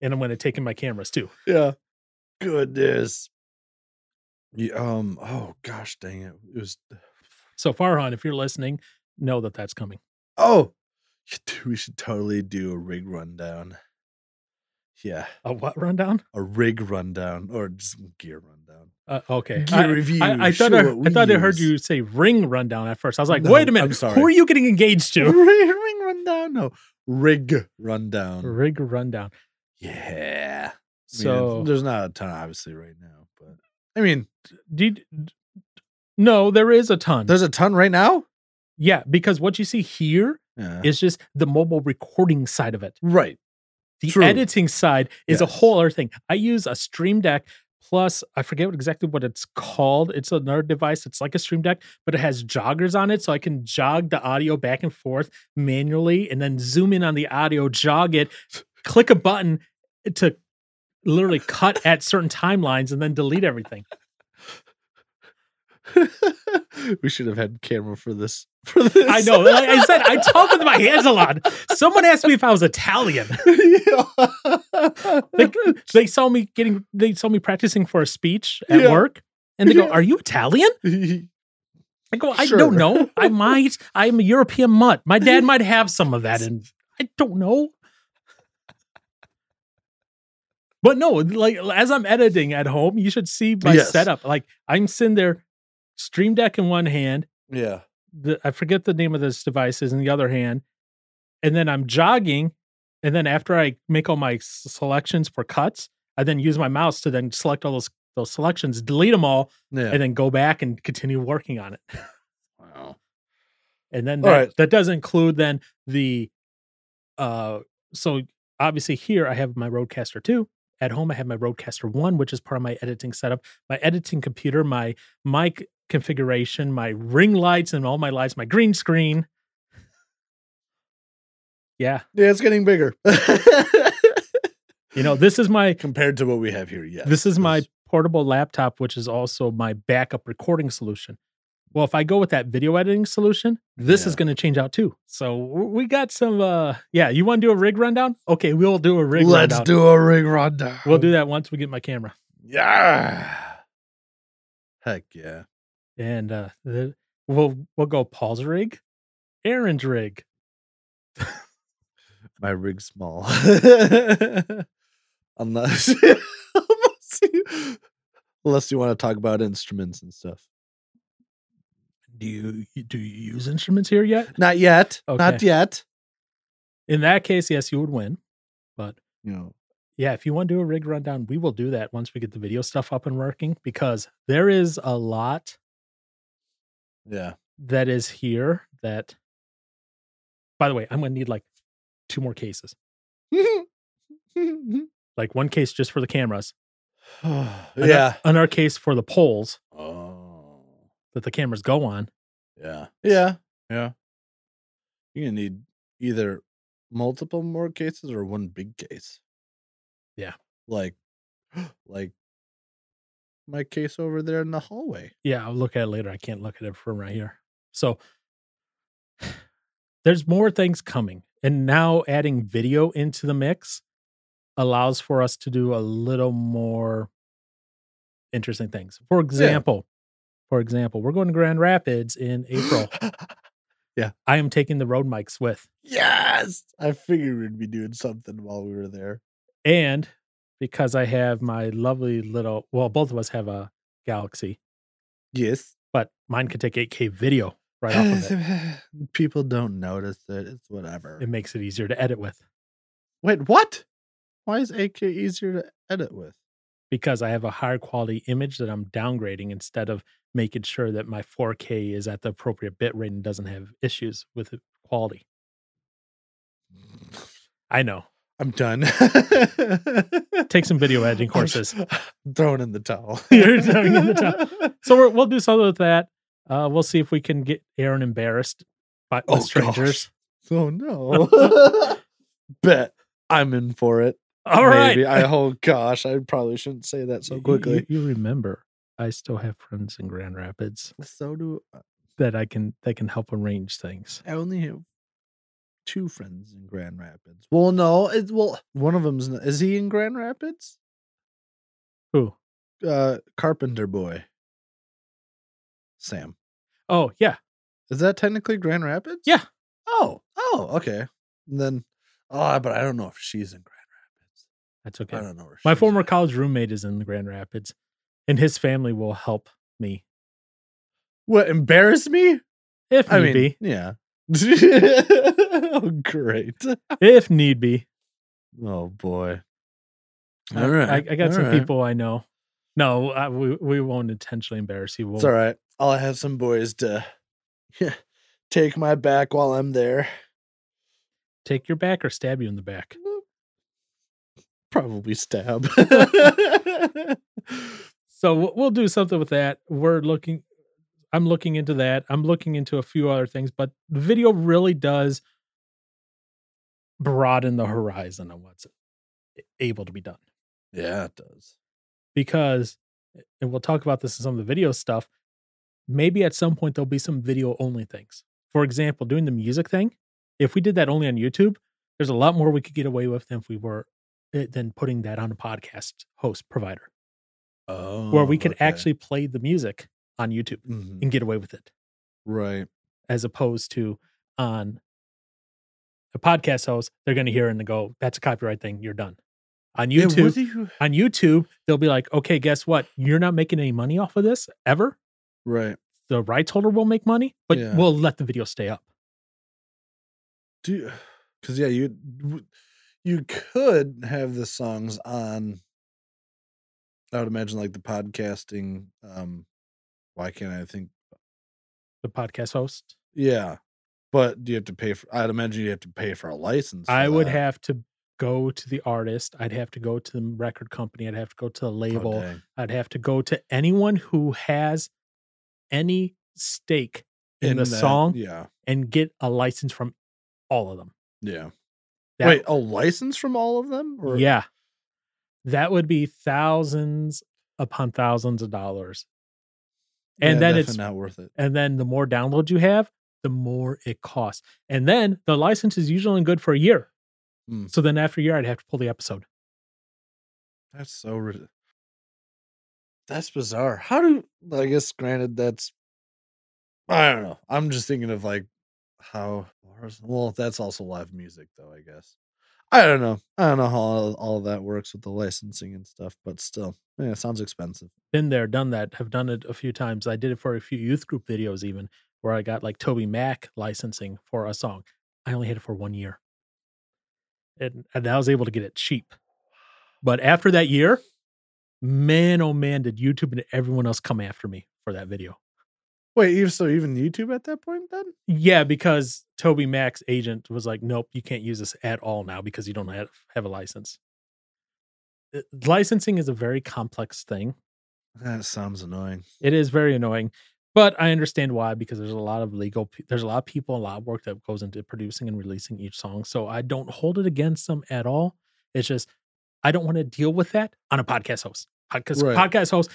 S1: and I'm going to take in my cameras too.
S3: yeah, goodness. Yeah, um. Oh gosh, dang it! It was.
S1: So Farhan, if you're listening, know that that's coming.
S3: Oh, dude, we should totally do a rig rundown. Yeah,
S1: A what rundown?
S3: a rig rundown or just gear rundown.
S1: Uh, okay.
S3: Gear
S1: I,
S3: review.
S1: I, I thought
S3: show
S1: I,
S3: what
S1: I thought
S3: we
S1: I heard
S3: use.
S1: you say ring rundown at first. I was like,
S3: No,
S1: wait a minute.
S3: I'm sorry.
S1: Who are you getting engaged to?
S3: Rig ring rundown. No, rig rundown.
S1: Rig rundown.
S3: Yeah. I mean, it's-
S1: So
S3: there's not a ton, obviously, right now. But I mean,
S1: did no, there is a ton.
S3: there's a ton right now.
S1: Yeah, because what you see here
S3: Yeah.
S1: is just the mobile recording side of it.
S3: right.
S1: The
S3: True.
S1: editing side is a
S3: Yes.
S1: whole other thing. I use a Stream Deck plus I forget what exactly what it's called. It's another device. It's like a Stream Deck, but it has joggers on it, so I can jog the audio back and forth manually, and then zoom in on the audio, jog it, click a button to literally cut at certain timelines, and then delete everything.
S3: we should have had camera for this. For this,
S1: I know. Like I said, I talk with my hands a lot. Someone asked me if I was Italian. They, they saw me getting, they saw me practicing for a speech at
S3: Yeah.
S1: work, and they go,
S3: Yeah.
S1: "Are you Italian?" I go, "I
S3: Sure.
S1: don't know. I might. I'm a European mutt. My dad might have some of that, and I don't know." But no, like as I'm editing at home, you should see my
S3: Yes.
S1: setup. Like I'm sitting there, Stream Deck in one hand.
S3: yeah.
S1: the I forget the name of this device is in the other hand, and then I'm jogging, and then after I make all my s- selections for cuts, I then use my mouse to then select all those those selections, delete them all,
S3: Yeah.
S1: and then go back and continue working on it.
S3: wow.
S1: And then
S3: All
S1: that,
S3: right.
S1: that does include then the uh so obviously here I have my Roadcaster 2. At home I have my Roadcaster 1, which is part of my editing setup. My editing computer, my mic configuration, my ring lights and all my lights, my green screen. Yeah.
S3: Yeah, it's getting bigger
S1: You know, this is my
S3: compared to what we have here. Yes.
S1: this is my
S3: Yes.
S1: portable laptop, which is also my backup recording solution. Well, if I go with that video editing solution, this is
S3: Yeah.
S1: going to change out too. So w- we got some. uh Yeah, you want to do a rig rundown? Okay, we'll do a rig.
S3: Let's
S1: rundown.
S3: do a rig rundown.
S1: We'll do that once we get my camera.
S3: Yeah. Heck yeah.
S1: And uh the, we'll we'll go Paul's rig, Aaron's rig.
S3: My rig's small. unless, unless you, unless you want to talk about instruments and stuff.
S1: Do you do you use instruments here yet?
S3: Not yet. Not
S1: Okay.
S3: yet.
S1: In that case, yes, you would win. But
S3: You know.
S1: yeah, if you want to do a rig rundown, we will do that once we get the video stuff up and working because there is a lot
S3: Yeah.
S1: that is here that by the way i'm gonna need like two more cases like one case just for the cameras ano-
S3: yeah.
S1: another case for the poles
S3: Oh.
S1: that the cameras go on
S3: Yeah. Yeah. Yeah. You're gonna need either multiple more cases or one big case.
S1: Yeah.
S3: Like, like my case over there in the hallway.
S1: yeah i'll look at it later i can't look at it from right here so there's more things coming and now adding video into the mix allows for us to do a little more interesting things for example for example we're going to grand rapids in april i am taking the road mics with
S3: yes. I figured we'd be doing something while we were there.
S1: and because I have my lovely little well, both of us have a Galaxy,
S3: Yes.
S1: but mine could take 8K video right off of it.
S3: People don't notice it. It's whatever.
S1: It makes it easier to edit with
S3: Wait, what? Why is AK easier to edit with?
S1: because I have a higher quality image that I'm downgrading instead of making sure that my 4K is at the appropriate bit rate and doesn't have issues with the quality. I know.
S3: I'm done.
S1: Take some video editing courses.
S3: Thrown in the towel.
S1: You're throwing in the towel. So we're, we'll do something with that. Uh, we'll see if we can get Aaron embarrassed by with
S3: Oh, gosh.
S1: strangers.
S3: Oh no. Bet I'm in for it.
S1: All right.
S3: Maybe. I oh gosh, I probably shouldn't say that so
S1: You-
S3: quickly.
S1: You, you remember, I still have friends in Grand Rapids
S3: So do
S1: that I can that can help arrange things.
S3: I only have two friends in Grand Rapids. Well, no, it's well one of them's not, is he in Grand Rapids?
S1: Who?
S3: Uh Carpenter boy. Sam.
S1: Oh yeah,
S3: Is that technically Grand Rapids?
S1: Yeah.
S3: Oh. Oh, okay. And then oh, but I don't know if she's in Grand Rapids.
S1: that's okay.
S3: I don't know where
S1: My
S3: she's
S1: former
S3: at.
S1: college roommate is in Grand Rapids, and his family will help me
S3: What embarrass me?
S1: if need
S3: I mean,
S1: be.
S3: yeah. oh, great.
S1: If need be,
S3: Oh boy.
S1: I-
S3: All right.
S1: I, I got
S3: all
S1: some
S3: right.
S1: people I know. No, I, we we won't intentionally embarrass you. We'll,
S3: It's all right. I'll have some boys to take my back while I'm there.
S1: Take your back or stab you in the back.
S3: Probably stab.
S1: So we'll- we'll do something with that. We're looking, I'm looking into that. I'm looking into a few other things, but the video really does broaden the horizon on what's able to be done
S3: yeah, it does.
S1: because, and we'll talk about this in some of the video stuff. maybe at some point there'll be some video only things. For example, doing the music thing, if we did that only on YouTube, there's a lot more we could get away with than if we were eh, than putting that on a podcast host provider
S3: Oh,
S1: where we could
S3: okay.
S1: actually play the music on YouTube
S3: Mhm.
S1: and get away with it
S3: right.
S1: as opposed to on a podcast host, they're going to hear it and go, that's a copyright thing. You're done. On
S3: Yeah, what
S1: YouTube,
S3: do you-
S1: on YouTube, they'll be like, okay, guess what? You're not making any money off of this ever.
S3: right.
S1: The rights holder will make money, but
S3: Yeah.
S1: we'll let the video stay up.
S3: Do because yeah, you w- you could have the songs on. I would imagine like the podcasting. Um, why can't I think?
S1: The podcast host,
S3: Yeah, but do you have to pay for? I'd imagine you have to pay for a license. for
S1: I would
S3: that.
S1: have to go to the artist. I'd have to go to the record company. I'd have to go to the
S3: Oh,
S1: label.
S3: dang.
S1: I'd have to go to anyone who has any stake in, the
S3: that-
S1: song
S3: Yeah,
S1: and get a license from all of them.
S3: yeah.
S1: That-
S3: Wait, a license from all of them? Or
S1: yeah. That would be thousands upon thousands of dollars. and then
S3: Yeah, definitely
S1: it's-
S3: not worth it.
S1: And then the more downloads you have, the more it costs. And then the license is usually only good for a year.
S3: Hmm.
S1: So then after a year, I'd have to pull the episode.
S3: That's so. rid- That's bizarre. How do I guess? Granted, that's. I don't know. I'm just thinking of like how. Well, that's also live music, though. I guess. I don't know. I don't know how all, all that works with the licensing and stuff, but still, yeah, it sounds expensive.
S1: Been there, done that, have done it a few times. I did it for a few youth group videos, even where I got like Toby Mac licensing for a song. I only had it for one year. And, and I was able to get it cheap. But after that year, man, oh man, did YouTube and everyone else come after me for that video.
S3: Wait, even so, even YouTube at that point, then?
S1: Yeah, because Toby Mac's agent was like, "Nope, you can't use this at all now because you don't have, have a license." Uh, Licensing is a very complex thing.
S3: That sounds annoying.
S1: It is very annoying, but I understand why because there's a lot of legal, pe- there's a lot of people, a lot of work that goes into producing and releasing each song. So I don't hold it against them at all. It's just I don't want to deal with that on a podcast host. Podcast
S3: Right.
S1: podcast host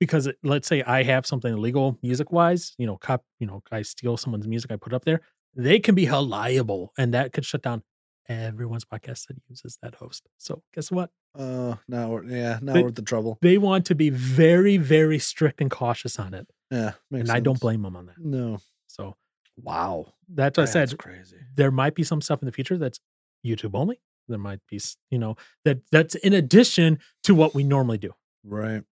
S1: because it- let's say I have something illegal music wise, you know, cop, you know, I steal someone's music I put up there, they can be held liable, and that could shut down everyone's podcast that uses that host. So guess what?
S3: Oh, uh, not worth. Yeah, not
S1: But-
S3: worth the trouble.
S1: They want to be very, very strict and cautious on it,
S3: Yeah, makes
S1: and I don't
S3: sense.
S1: blame them on that.
S3: No.
S1: So
S3: Wow.
S1: that's what I
S3: That's
S1: said.
S3: crazy.
S1: There might be some stuff in the future that's YouTube only. There might be, s- you know, that that's in addition to what we normally do.
S3: Right.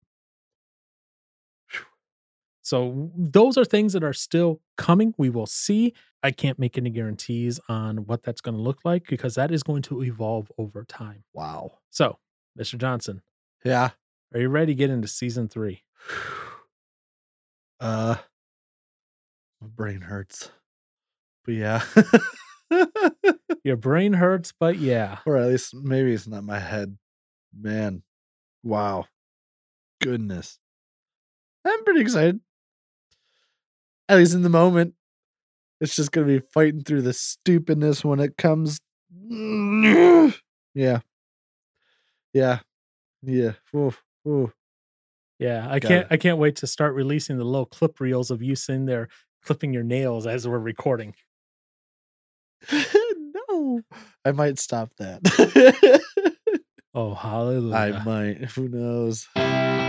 S1: So those are things that are still coming. We will see. I can't make any guarantees on what that's going to look like because that is going to evolve over time.
S3: Wow.
S1: So, Mr. Johnson,
S3: Yeah.
S1: are you ready to get into season three?
S3: Uh, my brain hurts, but yeah,
S1: Your brain hurts, but yeah.
S3: or at least maybe it's not my head. Man, wow, goodness, I'm pretty excited. At least in the moment, it's just gonna be fighting through the stupidness when it comes. Yeah, yeah, yeah. Ooh, ooh.
S1: Yeah, I
S3: Got
S1: can't.
S3: it.
S1: I can't wait to start releasing the little clip reels of you sitting there clipping your nails as we're recording.
S3: no, I might stop that.
S1: Oh, hallelujah!
S3: I might. Who knows?